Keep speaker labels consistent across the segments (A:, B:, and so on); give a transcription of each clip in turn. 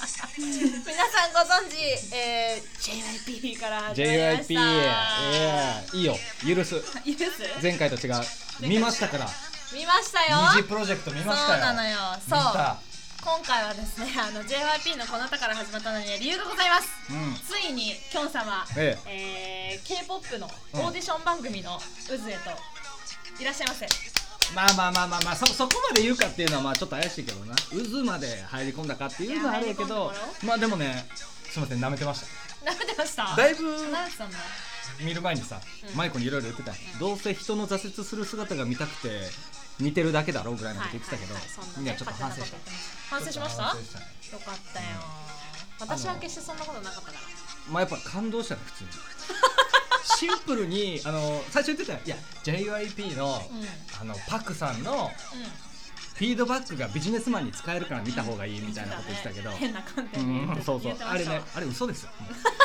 A: 皆さんご存知、えー、JYP から始まりまし
B: JYP
A: た
B: いやいいよ許す
A: いいです
B: 前回と違う見ましたから
A: 見ましたよ
C: 二次プロジェクト見
A: そ
C: ま
A: う
C: したよ
A: なのよそう
C: 見た
A: 今回はですねあの JYP のこの歌から始まったのには理由がございます
B: う
A: つ
B: ん
A: いにきょん様、
B: え
A: えー、K-POP のオーディション番組の渦へといらっしゃいませ
B: まあまあまあまあまあそそこまで言うかっていうのはまあちょっと怪しいけどな渦まで入り込んだかっていうのはある
A: い
B: け
A: や入
B: ど
A: り込んだと
B: まあでもね
C: すいません舐めてました
A: なめてました
B: だいぶ
A: なんつったんだ
B: 見る前にさ
A: うん
B: マイコにいろいろ言ってたどうせ人の挫折する姿が見たくて似てるだけだろうぐらいのこと言ってたけど
A: はいはいはいそんなね
B: いやちょっと反省した
A: 勝手なこと言ってました反省しました
C: 反省したね
A: よかったよ私は決してそんなことなかったから
B: まあやっぱ感動したね普 通にシンプルにあの最初言ってたよいや
C: JYP の
A: うんうん
C: あのパクさんのフィードバックがビジネスマンに使えるから見た方がいいみたいなこと言ってたけど、
A: 変な観点で言っ
B: う
A: て
B: んそうそう
A: 言ってま
B: あ
A: し
B: れ
A: たわ
B: ねあれ嘘ですよ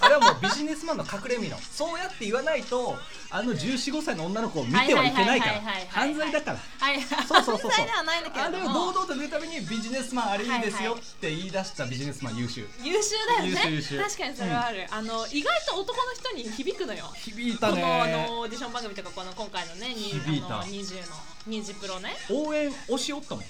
C: あれはもうビジネスマンの隠れ身のそうやって言わないとあの1415歳の女の子を見てはいけないから
A: はいはいはいはいはい
C: 犯罪だから
A: はい
C: そうそうそうそう
A: 犯罪ではないんだけ
C: あ
A: れ
C: れ
A: ど
C: を堂
A: も
C: 々と出るためにビジネスマンあれいいですよって言い出したビジネスマン優秀
A: 優秀だよね
C: 優秀優秀
A: 確かにそれはある、あの意外と男の人に響くのよ
C: 響い
A: こ
C: た
A: のあの
C: ね
A: オーディション番組とかこの今回のねに
C: 響いた
A: あの20の20プロね
C: 応援押しおったもん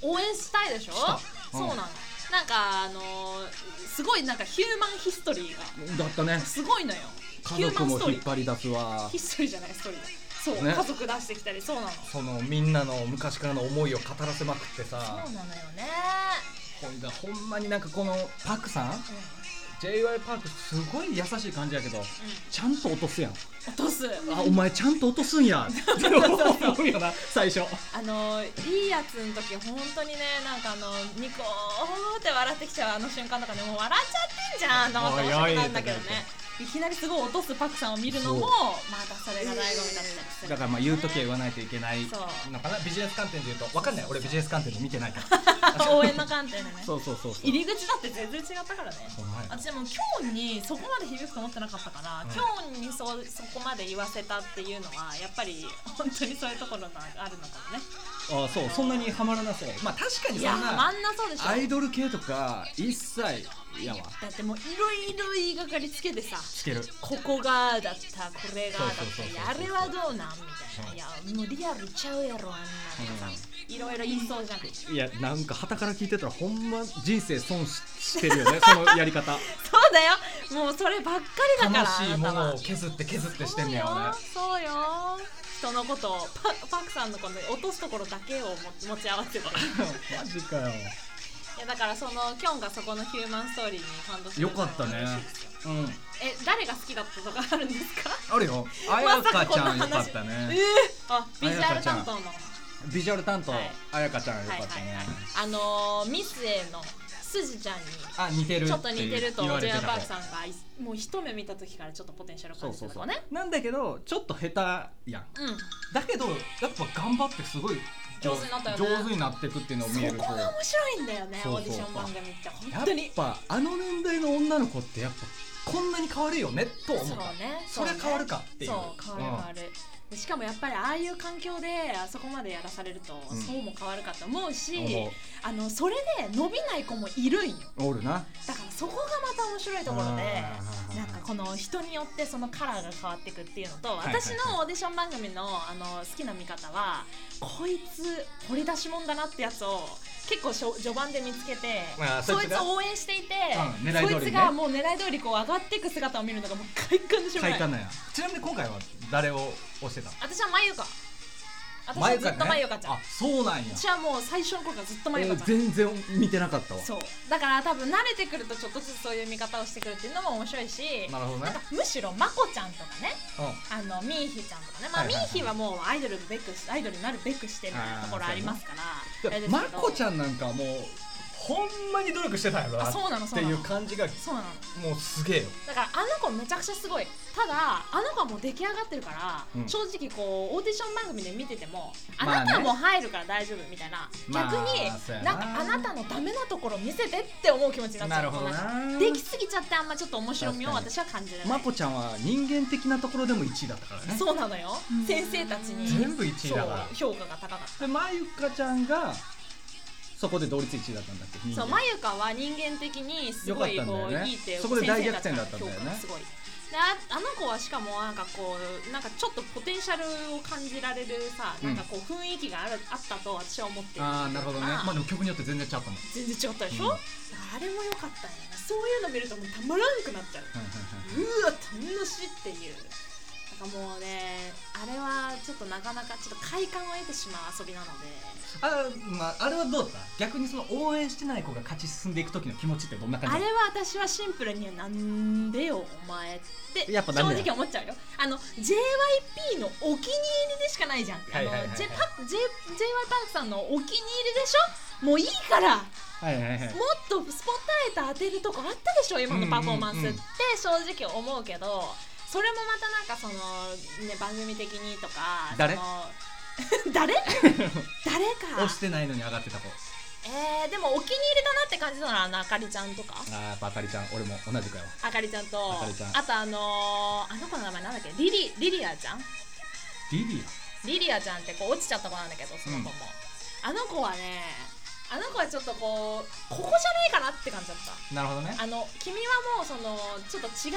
A: 応援したいでしょ
C: した
A: そうなのなんかあのすごいなんかヒューマンヒストリーが
B: だったね
A: すごいのよヒュー
B: 家
A: マ
B: 族
A: ン
B: も
A: ストーリ
B: 引っ
A: ー
B: 張り出すわ
A: ヒストリーじゃないストーリーだそう、
B: ね
A: 家族出してきたりそうなの
C: そのみんなの昔からの思いを語らせまくってさ
A: なのよね、
C: ほんでほんまになんかこのパクさん
A: うん
C: j y パークすごい優しい感じやけど
A: う
B: ちゃんと落とすやん
A: ん、落とす
B: あお前ちゃんと落とすんやって思うよな最初
A: あのいいやつの時本当にねなんかあのニコーって笑ってきちゃうあの瞬間とかねもう笑っちゃってんじゃんと思って面白くなんだけどね
C: おい
A: いきなりすごい落とすパクさんを見るのも
B: そう
A: またそれが醍醐味だったりする
B: だからまあ言う時は言わないといけない
A: そう
C: のかなビジネス観点で言うとわかんない俺ビジネス観点で見てないから
A: 応援の観点でね
B: そうそうそうそう
A: 入り口だって全然違ったからね
C: ほんまや
A: 私でもキョンにそこまで響くと思ってなかったから、
C: うん
A: キョンにそうそこまで言わせたっていうのはやっぱり本当にそういうところがあるのかもね
B: あそうそんなにハマらなそう
C: まあ確かに
A: い
C: そ
A: や
C: ん
A: ま
C: なん
A: なそうでしょ
B: アイドル系とか一切やわ
A: だってもういろいろ言いがかりつけてさ
C: つける
A: ここがだったこれがだっ
C: そうそうそうそう
A: たあれはどうなんみたいな
C: うん
A: いやもうリアルちゃうやろあんなのさいろいろ言いそうじゃんそう
B: いやなんか旗から聞いてたらほんま人生損ししてるよねそのやり方
A: だよもうそればっかりだから
C: 楽しいも
A: あなた
C: の
A: は
C: を削って削ってしてんねやろね
A: そうよそうよ人のことをパパクさんのこの落とすところだけをも持ち合 わせてる
B: マジかよ
A: いやだからそのキョンがそこのヒューマンストーリーに感動してるのは
B: よかったね
A: 嬉しいですよ
B: うん
A: え誰が好きだったとかあるんですか
B: あるよ
C: あやかちゃんよ
A: まさかこんな
C: か
A: 話
C: った
A: え
C: ね
A: ー、あビジュアル担当の
B: ビジュアル担当、
A: はい
B: あやかちゃんよか
A: はい
B: っ
A: はい
B: たね、
A: はいあのーミス A のすずちゃんに
C: あ似てる
A: ちょっと似てると
C: 言わ
A: j
C: れてた
A: y パー
C: か
A: クさんがいもう一目見た時からちょっとポテンシャルを
B: そ
A: 感
B: う
A: じ
B: そ
A: て
B: う
A: た
B: そう
A: のね
B: なんだけどちょっと下手やん
A: うん
C: だけどやっぱ頑張ってすごい
A: 上手になったよね
C: 上手になっていくっていうのを見える
A: そこが面白いんだよね
B: そうそう
A: オーディション番組って
C: や
A: 本
C: っ
A: 当に
C: ぱあの年代の女の子ってやっぱこんなに変わるよねと思
A: そう
C: った
A: ね
C: そりゃ
A: うね
C: 変わるかっていう
A: そう変わる変わる、でしかもやっぱりああいう環境であそこまでやらされると、
B: うん
A: そうも変わるかと思うし
B: 思
A: あのそれで伸びない子もいるんよ
B: うおるな
A: だからそこがまた面白いところで
B: あー
A: なんかこの人によってそのカラーが変わっていくっていうのと
B: いはいはい
A: 私のオーディション番組のあの好きな見方はこいつ掘り出し物だなってやつを結構しょ序盤で見つけて
C: まあ
A: そ
C: そ
A: い
C: いつ
A: つ
C: が
A: を応援していて
C: うん狙い通り
A: そ
C: ね
A: いつがもう狙い通りこう上がっていく姿を見るのがもう快感でしょう
C: 快
A: がない
C: 感なんやちなみに今回は誰を推してた
A: 私はまゆか私はずっとまゆかちゃん、
C: あそうなんや
A: 私はもう最初の頃からずっとま
B: え
A: ゆか
B: ー
A: ちゃん、
B: 全然見てなかったわ
A: そうだから多分慣れてくるとちょっとずつそういう見方をしてくるっていうのも面白いし
C: なるほど
A: な
C: ね
A: んかむしろまこちゃんとかね
C: うん
A: あのミーヒちゃんとかね、まあ
C: はいはいはい
A: ミーヒはもうアイドルべくしアイドルになるべくしてるみたいなところありますからあれですけど
B: まこちゃんなんかもう
C: ほんまに努力してたんやろな
A: あ
C: っ
A: そうなのそ
C: て
A: うないの
C: う感じが
A: そうなの
C: もうすげえよ
A: だからあの子めちゃくちゃすごいただあの子はもう出来上がってるから、
B: うん
A: 正直こうオーディション番組で見ててもあ
B: まあ
A: な
B: ね
A: たはもう入るから大丈夫みたいな、
B: まあそう
A: 逆
B: や
A: に
B: な
A: なんかあなたのダメなところ見せてって思う気持ちになっちゃう
B: な
A: できすぎちゃってあんまちょっと面白みを私は感じられな
B: ま
A: い、
B: こちゃんは人間的なところでも1位だったからね
A: そうなのよ先生たちに
C: 全部1位だから
A: そう評価が高かった
B: でまゆかちゃんがそこで同率1位だったんだっけ
A: そう
B: 人
A: ま
B: 間
A: ゆかは人間的にすごい
B: よかった
A: こ
B: んだよ
A: う、
B: ね
A: いいって
B: そこで大逆転だったんだよね
A: 先生たちの評価がすごいでああの子はしかもなんかこうなんかちょっとポテンシャルを感じられるさ、
B: うん
A: なんかこう雰囲気があるあったと私は思ってる
B: ああなるほどね
A: あー
C: まあでも曲によって全然違ったもん
A: 全然違ったでしょ、
B: うん
A: あれも良かったよねそういうの見るともうたまらんくなっちゃう
B: はい
A: う
B: は
A: わ楽しいっていうなんかもうねあれはちょっとなかなかちょっと快感を得てしまう遊びなので
C: あ,、まあ、あれはどうだった逆にその応援してない子が勝ち進んでいく時の気持ちってどんな感じ
A: あれは私はシンプルになんでよお前って
B: やっぱダメだ
A: 正直思っちゃうよあの JYP のお気に入りでしかないじゃん
B: はいはいはいはい
A: あの J- パ J- JYP さんのお気に入りでしょもういいからも
B: いはいはいはい
A: っとスポットライト当てるとこあったでしょ今のパフォーマンスっ
C: うんう
A: て
C: んうん
A: 正直思うけどそれもまたなんかその、ね、番組的にとか
C: 誰
A: その 誰誰か
C: 押してないのに上がってた子
A: えー、でもお気に入りだなって感じなのはあのあかりちゃんとか
B: あーやっぱあかりちゃん俺も同じくやわ
A: あかりちゃんと
B: あかりちゃん
A: あとあのー、あの子の名前なんだっけリリリリアちゃん
C: リリ
A: リリアちゃんってこう落ちちゃった子なんだけどその子も、あの子はねあの子はちょっとこうここじゃないかなって感じだった
C: アなるほどね
A: あの君はもうそのちょっと違う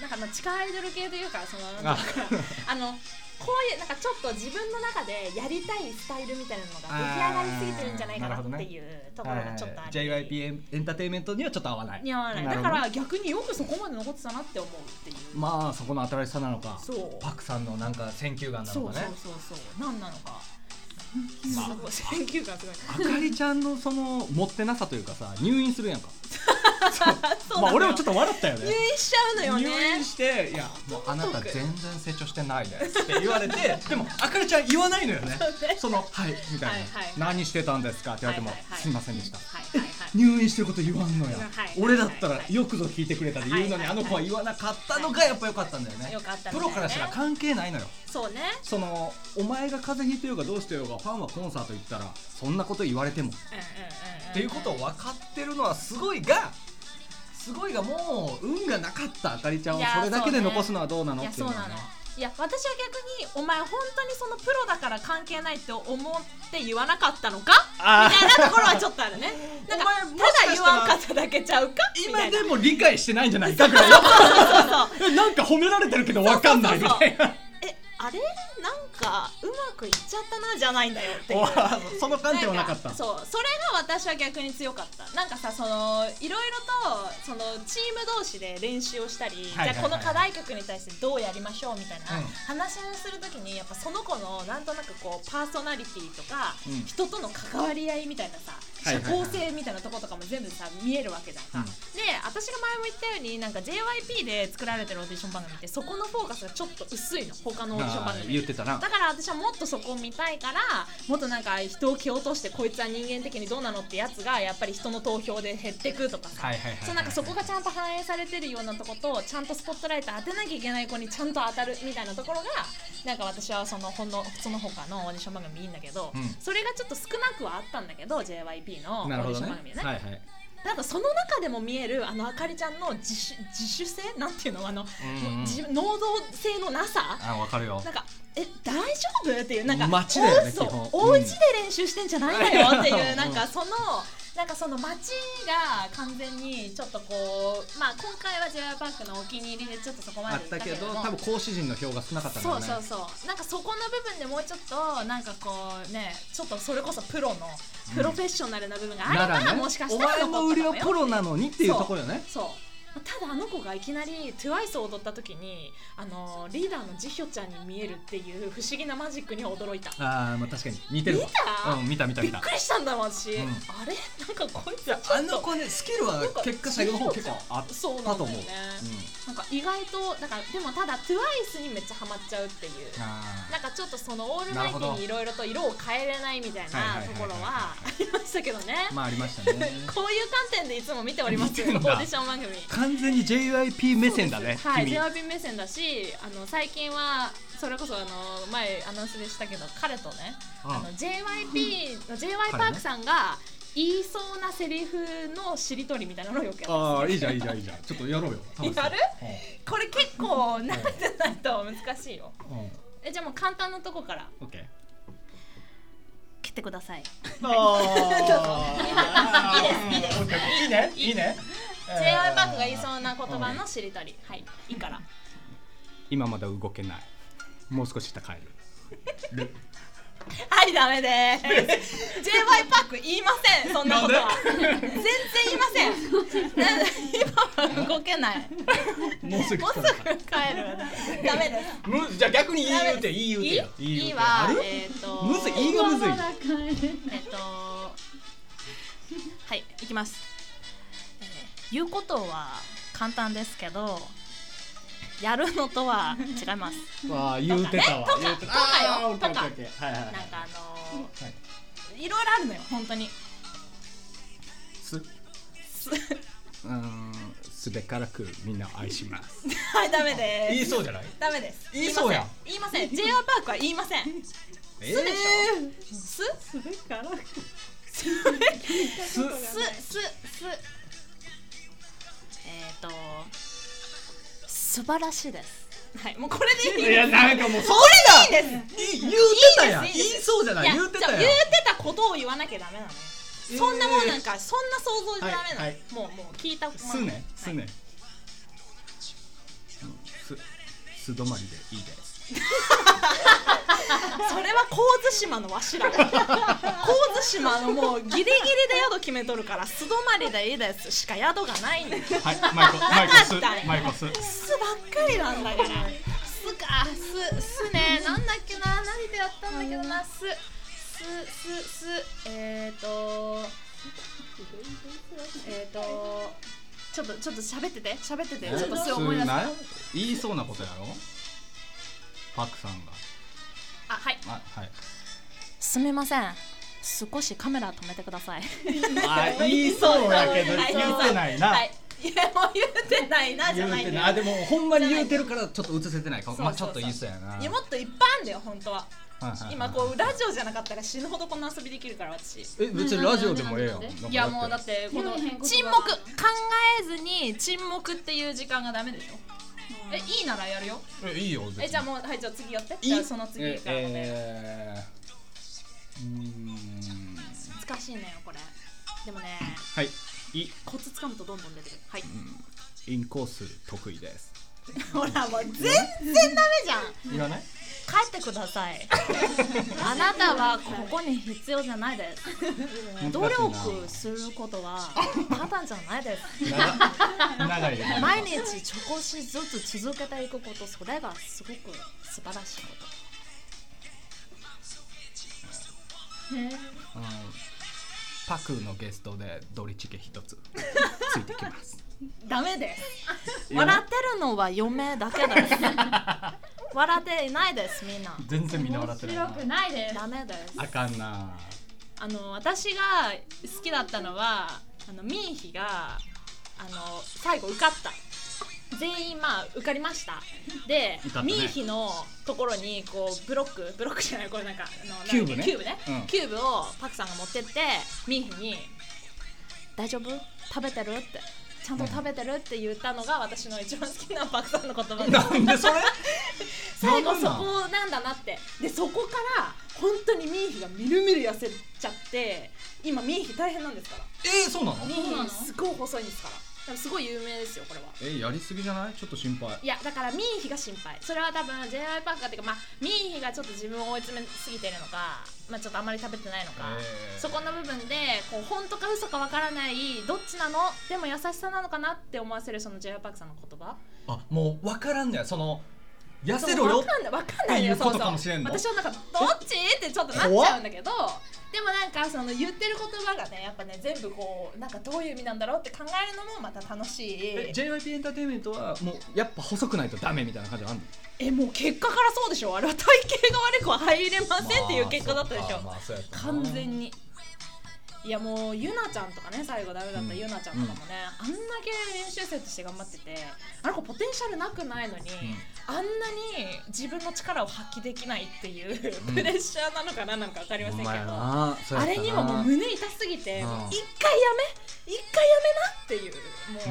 A: なんかまあ地下アイドル系というかそのなん
B: あ
A: ていうのかな あのこういうなんかちょっと自分の中でやりたいスタイルみたいなのが出来上がりすぎてるんじゃないかな
C: あーなるほど
A: っ
C: ね
A: ていうところがちょっとある
C: JYP エンターテインメントにはちょっと合わない
A: 似合わない
B: な
A: だ
B: るほ
A: か
B: どね
A: ら逆によくそこまで残ってたなって思うっていう、
B: まあそこの新しさなのか
A: そう
C: パクさんのなんか選球眼な
A: そ
C: の
A: う
C: かね
A: そうそうそうなんなのか、
B: まあ
A: すごい選球眼すごい
B: あかりちゃんのその持ってなさというかさ入院するやんか
A: そう
B: まあ俺もちょっ
A: と
B: と笑ったよ
A: 入
B: ね
A: 院しちゃうのよね
B: 入院していや
C: もうあなた全然成長してない ですって言われてでもあかりちゃん言わないのよね
B: その「はい」みたいな
A: はいはい
B: 「何してたんですか?」って言われても
A: はいはいは
B: 「
A: い
B: すいませんでした」
A: はいはいはい
B: 入院してること言わんのや、
A: はい
B: 俺だった
A: は
B: ら
A: いはい
B: よくぞ聞いてくれたで言うのに、
A: はいはい
B: あの子は言わなかったのがやっぱ良かったんだよね、
A: よかったみたいね
B: プロからしたら関係ないのよ
A: そうね
B: そのお前が風邪ひいてようがどうしてようがファンはコンサート行ったらそんなこと言われて
A: う
B: も
A: んうんうんん
C: っていうことを分かってるのはすごいがすごいがもう運がなかっ
B: あかりちゃんを
A: いやー
B: それだけで
A: そうね
B: 残すのはどうなの
A: い
B: っ
A: や
B: てい
A: そうう
B: の
A: な
B: は
A: の
B: ね
A: いや私は逆にお前本当にそのプロだから関係ないって思って言わなかったのか
B: あ
A: みたいなところはちょっとあるねなんか
C: お前もしかした
A: ただ
C: ら
A: 言わんかっただけちゃうかみた
B: 今
A: いな
B: でも理解してないんじゃないかぐらいえなんか褒められてるけど分かんないみたいな
A: えあれなんかうまくいっちゃったなじゃないんだよっていう
B: その観点はなかった
A: んそうそれが私は逆に強かったなんかさそのいろいろとそのチーム同士で練習をしたり、
C: はいはいはい
A: じゃあこの課題曲に対してどうやりましょうみたいな
C: うん
A: 話をするときにやっぱその子のなんとなくこうパーソナリティとか、
B: うん
A: 人との関わり合いみたいなさ
B: はい
A: 社
B: はいはい
A: 交性みたいなとことかも全部さ見えるわけじゃんか、
B: うん
A: で私が前も言ったようになんか JYP で作られてるオーディション番組ってそこのフォーカスがちょっと薄いの他のオーディション番組より
B: 言ってたな
A: だから私はもっとそこを見たいからもっとなんか人を蹴落としてこいつは人間的にどうなのってやつがやっぱり人の投票で減ってくとかさ、
C: はいはいはいはい
A: そうなんかそこがちゃんと反映されてるようなとことちゃんとスポットライト当てなきゃいけない子にちゃんと当たるみたいなところがなんか私はそのほんのその他のオーディション番組いいんだけど、
C: うん
A: それがちょっと少なくはあったんだけど JYP のオ
B: なる
A: ー
B: ほ
A: ディ
B: ど
A: ション
B: ね
A: 番組でね。
B: はいはい
A: ただその中でも見えるあのあかりちゃんの自主自主性なんていうのあの、
C: たうん
A: 自能動性のなさ
C: あ分かるよ
A: なんかえ大丈夫っていうなんか
B: 街だよね
A: おそう
B: 基本
A: お家で練習してんじゃないんだよっていう、
B: うん
A: なんかそのなんかその街が完全にちょっとこうまあ今回は j y パークのお気に入りでちょっとそこま
B: あ
A: で
B: っ
A: 行った
B: た
A: けれ
B: け
A: ど
B: ど
A: も
B: 多分講師陣の票が少なかったんだ
A: そ
B: ろ
A: う
B: ね
A: そうそうなんかそこの部分でもうちょっとなんかこうねちょっとそれこそプロのプロフェッショナルな部分があれば、もしかしたら
B: お前の
A: 残っ
B: 売
A: た
B: り
A: か
B: は
A: もよ
B: プロなのにっていうところよね
A: そうただあの子がいきなり TWICE を踊った時にあのリーダーのジヒョちゃんに見えるっていう不思議なマジックに驚いた
B: ああまあ確かに似てるわ
A: 見た
B: うん見た見た
A: びっ
B: 見た
A: くりしたんだもん私、
B: うん
A: あれなんかこいつちょっと
C: あの子ねスキルは結果最後の方結構あっ
A: そうなんだ
B: だ
A: よ
B: と
A: ね
B: 思う
A: なんか意外となんかでもただ TWICE にめっちゃハマっちゃうっていう
C: あ
A: なんかちょっとそのオールマ
C: なる
A: イティ
C: ほ
A: に
C: ど
A: いろいろと色を変えれないみたい
B: はい
A: な
B: はい
A: と
B: はいはいはい
A: ころはありましたけどね、
B: まあありましたね
A: こういう観点でいつも見ておりますよオ
B: 見て
A: ー
B: ん
A: デ
B: だ
A: ィション番組
B: 完全に JYP 目線だね
A: はい、
B: 君
A: JYP 目線だしあの最近はそれこそあの前アナウンスでしたけど彼とね、
B: うん
A: あの JYP の JY パークさんが言いそうなセリフのしりとりみたいなのをよくやる
B: ああいいじゃんいいじゃんいいじゃんちょっとやろうよ楽しそう
A: やるこれ結構慣れてない と難しいよ
B: うんうん
A: えじゃあもう簡単なとこから
B: OK
A: ケってください
C: あー
A: いいですいいです
C: いいねいいね
A: j y パークが言いそうな言葉のしりとりはいいいから
B: 今まだ動けないもう少ししたら帰る
A: はいダメです j y パーク言いませんそんなことは全然言いませんな今は動けない
C: もうすぐ
A: もうすぐ帰るダメです
C: むじゃあ逆にいい言うていい言うてよ
A: いい
C: 言うて
A: は
C: ある
A: えっ、と
C: むずいいがむずい
A: えっ、とはいいきます、えー言うことは簡単ですけどやるのとは違 います
B: わあ言うてたわ
A: とかね
B: 言うてた
A: とかよ
B: あーオッケー
A: とか
B: オッケーオッケーはいはいは
A: な
B: い
A: んかあの
C: はい
A: ーいろいろあるのよ本 当に
B: す
A: す
B: うーんすべからくみんなを愛します
A: はいダメです
C: 言いそうじゃない
A: ダメです
C: 言いそうやん
A: 言いません言いません JR パークは言いませんす
C: え
A: でしょす
D: すべからく
C: す
A: すすすすえっ、と素晴らしいですはいもうこれでいいです
B: なんかもう
C: それだい言うてたやん
A: いい
C: 言
A: ですいい
C: い
A: です
C: そうじゃない
A: いや
C: 言うてたやん
A: じゃあ言うてたことを言わなきゃダメなのよそんなもんなんかそんな想像じゃダメなの、
B: はいはい
A: もうもう聞いたこと
B: すねすねうんす素泊まりでいいです
A: それは神津島のわしら神津島のもうギリギリで宿決めとるから素泊まりでいいですしか宿がないんだよ
B: はいマイコマイコ
A: なかった
B: スマイコス
A: すばっかりなんだからすかすすねなんだっけな何でやったんだけどなすすすすえっ、ー、とえっ、ー、とちょっとちょっと喋ってて喋っててちょっとすぐ思い出すあ
B: な言いそうなことやろパクさんが
A: はい
B: あはい
A: すみません少しカメラ止めてください
B: あ言いそうやけど
A: はい
B: 言ってないな、
A: はいいやもう言うてないなじ
B: 言
A: ゃ
B: う
A: ない
B: て
A: んだ
B: ない
A: よ
B: あでもほんまに言うてるからちょっと映せてないかも
A: そう
B: ま
A: そ
B: あ
A: う
B: ち
A: そう
B: ょっと言いそうやない
A: やもっといっぱいあんだよ本当は
B: はいはいはい
A: 今こうラジオじゃなかったら死ぬほどこんな遊びできるから私
B: え別にラジオでもええやん
D: なんでなん
B: な
D: で
B: んか
A: いやもうだってこの
D: 読めへん言葉
A: 沈黙考えずに沈黙っていう時間がダメでしょえいいならやるよ
B: えいいよ別に
A: えじゃあもうはいじゃあ次やってじゃあその次からね、
B: ええーうーん
A: 難しいねよこれでもね
B: はいい
A: コツつかむとどんどん出てくる はい
B: インコース得意です
A: ほらもう全然ダメじゃん
C: 言わない
A: 帰ってくださいあなたはここに必要じゃないです努力することはただじゃないです
B: 長長いよね
A: 毎日ちょこしずつ続けていくことそれがすごく素晴らしいこ
B: うんパクのゲストでドリチケ一つついてきます
A: とダメです笑ってるのは嫁だけです笑っていないですみんな
B: 全然みんな笑って
D: 面
B: ない
D: 白くないです
A: ダメです
B: あかんな
A: あの私が好きだったのはあのミンヒがあの最後受かった全員まあ受かりましたで
B: 受かったね
A: ミンヒのところにこうブロックブロックじゃないこれなんかあのなんだっけ
B: キューブね
A: キューブね、
B: うん
A: キューブをパクさんが持ってってミンヒに「大丈夫食べてる?」って。ちゃんと食べてるって言ったのが私の一番好きなパクさんの言葉です
B: なんでそれ
A: 最後
B: なん
A: そ
B: なん
A: こなんだなってでそこから本当にミンヒがみるみる痩せちゃって今ミンヒ大変なんですから
B: えー、そうなの
A: ミ
D: そうな
A: ン
D: の
A: ヒすごい細いんですから多分すごい有名ですよこれは
B: えやりすぎじゃないちょっと心配
A: いやだからミンヒが心配それは多分 j y パークがっていうかまあミンヒがちょっと自分を追い詰めすぎてるのかまあちょっとあんまり食べてないのか、
B: えー
A: そこの部分でこう本当か嘘かわからないどっちなのでも優しさなのかなって思わせるその j y パークさんの言葉
B: あもう分からんねやその痩せろ
A: わ
B: よ
A: かんないわかんないのよ
B: っていうことかもしれんの
A: そうそう私はなんかどっちってちょっとなっちゃうんだけどでもなんかその言ってる言葉がねやっぱね全部こうなんかどういう意味なんだろうって考えるのもまた楽し
B: え
A: い
B: JYP エンターテインメントはもうやっぱ細くないとダメみたいな感じあんの
A: えもう結果からそうでしょあれは体型が悪くは入れませんっていう結果だったでしょ、
B: まあそうやったな
A: 完全にいやもうゆなちゃんとかね最後ダメだったゆなちゃんとかもね、あんだけ練習生として頑張っててあの子ポテンシャルなくないのに、あんなに自分の力を発揮できないっていう
B: うん
A: プレッシャーなのか何なのか分かりませんけど、
B: ほんまやなそうや
A: あ
B: ったな
A: れにももう胸痛すぎて、
B: うん
A: もう一回やめ一回やめなってい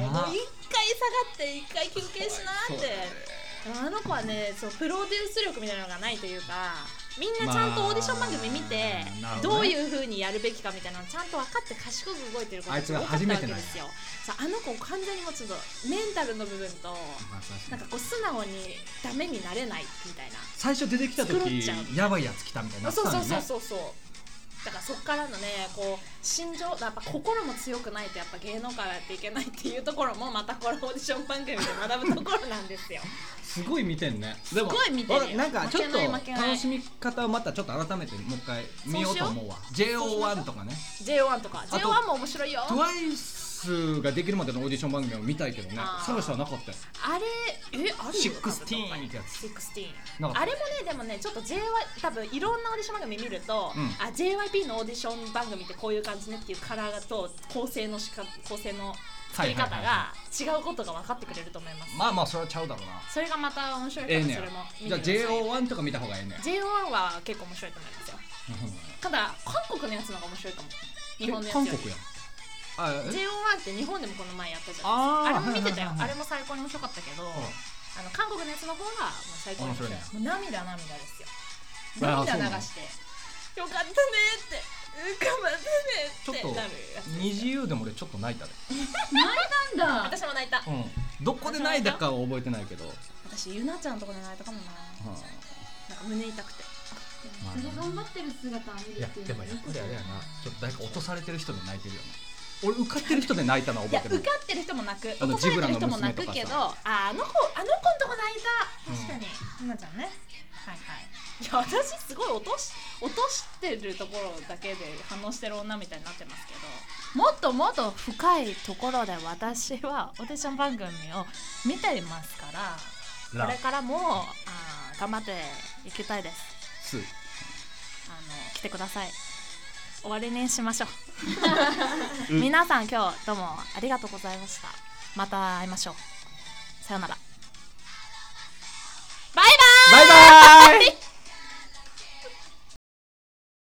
A: うもう
B: な
A: もう一回下がって一回休憩しなって、
B: そうだね
A: あの子はねそうプロデュース力みたいなのがないというかみんなちゃんとオーディション番組見て、
B: まあなる
A: ど
B: ほど
A: う
B: ね
A: いうふうにやるべきかみたいなのちゃんと分かって賢く動いてる子たちが多かったわ
B: あいつが初めて
A: け
B: なんや
A: ですよさああの子完全にもうちょっとメンタルの部分と
B: まあ確
A: な
B: か
A: ん
B: に
A: かこう素直にダメになれないみたいな
B: 最初出てきた
A: 作ろっ
B: 時
A: ちゃう
B: やばいやつ来たみたいになって
A: そう
B: た
A: そう
B: の
A: そう
B: ね
A: そうそうだからそこからのねこう心情やっぱ心も強くないとやっぱ芸能界はやっていけないっていうところもまたこれオーディション番組で学ぶところなん ですよ
B: すごい見てんねでも
A: すごい見てるよ
B: 俺なんかちょっ
A: 負けない負け
B: と
A: ない
B: 楽しみ方をまたちょっと改めてもう一回見ようと思うわ
A: うしよう
B: JO1 とかね
A: JO1 とか
B: と
A: JO1 も面白いよ
B: TWICE ができるまでのオーディション番組を見たいけどね
A: あー
B: 探したらなかったよ
A: あれえあるよ
B: 16ってやつ
A: 16
B: なんか
A: あれもねでもねちょっと JY 多分いろんなオーディション番組見ると、
B: うん
A: あ JYP のオーディション番組ってこういう感じねっていうカラーと構成のしか構成の作り方
B: はいはい
A: が違うことが分かってくれると思います、
B: まあまあそれはちゃうだろうな
A: それがまた面白いから
B: ええ
A: そ
B: ね
A: れ
B: や
A: も見
B: じゃあ
A: てください
B: JO1 とか見た方がええね
A: JO1 は結構面白いと思いますよただ韓国のやつの方が面白いかも日本のやつより
B: 韓国やんあえ
A: JO1 って日本でもこの前やったじゃない
B: あー
A: ですかあれも見てたよ
B: はいはいはい
A: あれも最高に面白かったけど、あの韓国のやつの方がもう最高に面白い
B: 面
A: も
B: 白
A: う涙涙ですよ
B: あー
A: 涙流
B: そうなの
A: してよかったねってうん頑張ったね
B: ちょ
A: っ
B: ってと
A: なるやつ
B: 二遊でも俺ちょっと泣いたで、
D: なんだ
A: 私も泣いた
B: うん、どこで泣いたかは覚えてないけど、うん
A: 私ゆなちゃんのとこで泣いたかもななんか胸痛くて
B: まあ
D: そ
B: ね
D: の頑張ってる姿を見
B: い
D: るっ
B: や
D: ていう
B: で
D: の
B: も
D: は
B: や
D: いい
B: っ
D: こ
B: ぱ
D: と
B: り
D: だ
B: あ
D: よ
B: れや
D: ね
B: なちょっと誰か落とされてる人で泣いてるよね俺受かってる人で泣いたのはい覚
A: や
B: えて
A: 受
B: る
A: かってる人も泣く落
B: あの
A: とされてる人も泣
B: ジブラの娘と
A: く
B: か
A: けど
B: さ
A: ああの子あの子んとこ泣いた確かに、ゆなちゃんねはいはいいや私すごい落とし落としてるところだけで反応してる女みたいになってますけどもっともっと深いところで私はオーディション番組を見ていますからこれからもあー頑張っていきたいです
B: す
A: あの来てください終わりにしましょう皆さん今日どうもありがとうございましたまた会いましょうさようなら